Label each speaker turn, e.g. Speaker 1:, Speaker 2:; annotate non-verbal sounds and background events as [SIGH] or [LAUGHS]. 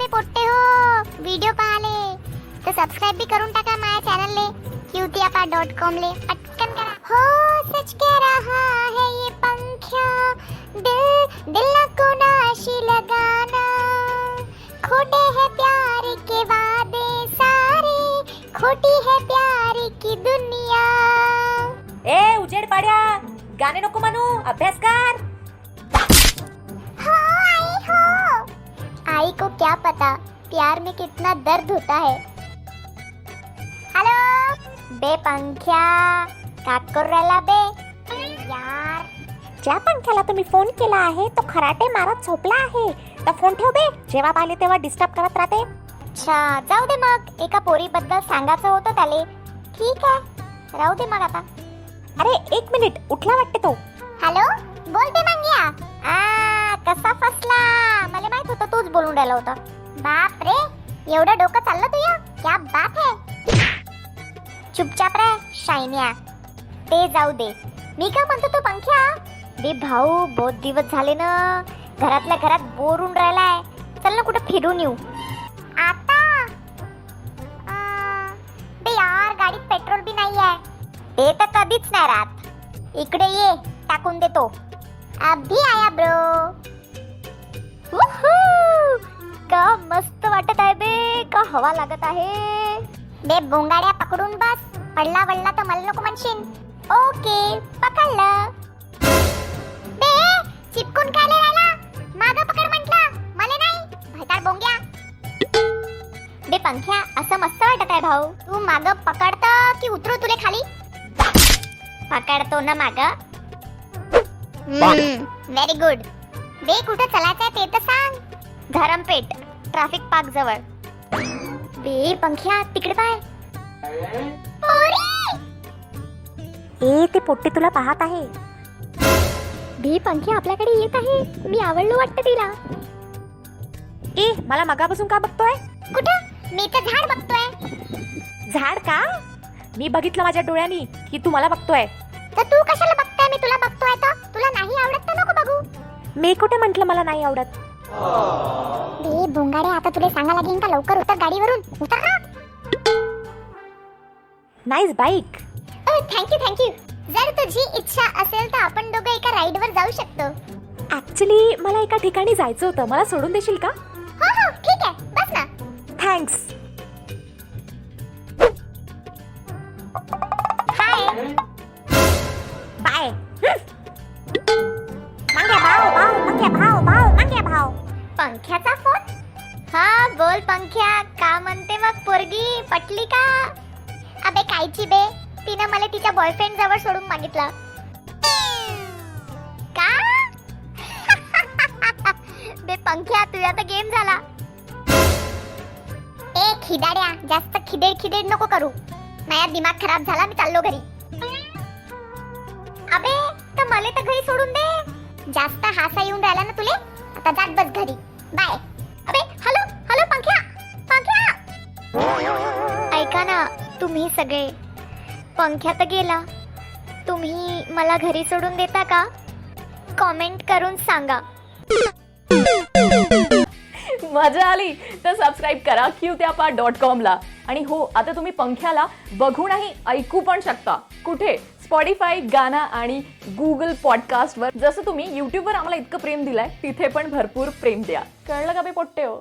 Speaker 1: बे पोट्टे हो तो व्हिडिओ पाहाले तर सबस्क्राईब बी करून टाका माझ्या चॅनल ले क्यूतियापा डॉट कॉम ले पटकन करा हो सच कह रहा है ये पंख्या दिल दिल ना को नाशी लगाना खोटे है प्यार के वादे सारे खोटी है प्यार की दुनिया
Speaker 2: ए उजेड पाड्या गाणे नको म्हणू अभ्यास कर
Speaker 1: हो आई हो आई को क्या पता प्यार में कितना दर्द होता है हेलो बे पंख्या का कर राहिला बे यार
Speaker 2: ज्या पंख्याला तुम्ही फोन केला आहे तो खराटे मारत झोपला आहे तर फोन ठेव बे जेव्हा पाहिले तेव्हा डिस्टर्ब करत राहते
Speaker 1: अच्छा जाऊ दे मग एका पोरीबद्दल सांगायचं होतं त्याले ठीक आहे राहू दे मग आता
Speaker 2: अरे एक मिनिट उठला वाटते तो
Speaker 1: हॅलो बोल बे मंगिया आ कसा फसला मला माहित होतं तूच बोलून राहिला होता बाप रे एवढं डोकं चाललं तुझ्या क्या बात है चुपचाप रे शायनिया ते जाऊ दे मी का म्हणतो तू पंख्या बे भाऊ बहुत दिवस झाले ना घरातल्या घरात बोरून राहिलाय चल ना कुठं फिरून येऊ आता आ, बे यार गाडीत पेट्रोल बी नाही आहे ते तर कधीच नाही राहत इकडे ये टाकून देतो अभी आया ब्रो वुहू! का मस्त वाटत आहे बे का हवा लागत आहे बे बोंगाड्या पकडून बस पडला वडला तर मला नको म्हणशीन ओके पकडलं बे चिपकून काय लय राहिला माग पकड म्हटलं मला नाही भैताड बोंग्या बे पंख्या असं मस्त वाटत आहे भाऊ तू माग पकडत की उतरू तुले खाली पकडतो ना माग व्हेरी गुड बे कुठं चलायचंय ते तर सांग धरमपेठ ट्रॅफिक पार्क जवळ बे पंख्या तिकडे पाय पोरी!
Speaker 2: ए ते पोट्टी तुला पाहत आहे
Speaker 1: बे पंख्या आपल्याकडे येत आहे मी आवडलो वाटतं तिला
Speaker 2: ए मला मगापासून का बघतोय
Speaker 1: कुठं मी तर झाड बघतोय
Speaker 2: झाड का मी बघितलं माझ्या डोळ्यांनी की तू मला बघतोय
Speaker 1: तर तू कशाला बघताय मी तुला बघतोय तर तुला नाही आवडत तर नको बघू
Speaker 2: मी कुठे म्हंटल मला नाही आवडत
Speaker 1: बे भोंगाडे आता तुला सांगा लागेल का लवकर उतर गाडीवरून उतर ना
Speaker 2: नाईस बाईक
Speaker 1: ओ थँक्यू थँक्यू जर तुझी इच्छा असेल तर आपण दोघं एका राईडवर जाऊ शकतो
Speaker 2: ऍक्च्युली मला एका ठिकाणी जायचं होतं मला सोडून देशील का
Speaker 1: हो हो ठीक आहे बस ना
Speaker 2: थँक्स
Speaker 1: हाय
Speaker 2: बाय मांग्या भाव भाव मांग्या भाव भाव मांग्या भाव
Speaker 1: पंख्याचा फोन हा बोल पंख्या का म्हणते मग पोरगी पटली का अबे कायची बे तिनं मला तिच्या बॉयफ्रेंड जवळ सोडून मागितलं का [LAUGHS] बे पंख्या तुझा तर गेम झाला ए खिदाड्या जास्त खिदेड खिदेड नको करू माझा दिमाग खराब झाला मी चाललो घरी अबे तर मला तर घरी सोडून दे जास्त हासा येऊन राहिला ना तुले आता जात बस घरी बाय अबे हॅलो हॅलो पंख्या पंख्या ऐका ना तुम्ही सगळे पंख्या तर गेला तुम्ही मला घरी सोडून देता का कॉमेंट करून सांगा
Speaker 3: मजा आली तर सबस्क्राईब करा क्यू त्यापा डॉट कॉमला आणि हो आता तुम्ही पंख्याला बघूनही ऐकू पण शकता कुठे स्पॉडीफाय गाना आणि गुगल पॉडकास्टवर जसं तुम्ही यूट्यूबवर आम्हाला इतकं प्रेम दिलंय तिथे पण भरपूर प्रेम द्या कळलं का बे पोट्टे हो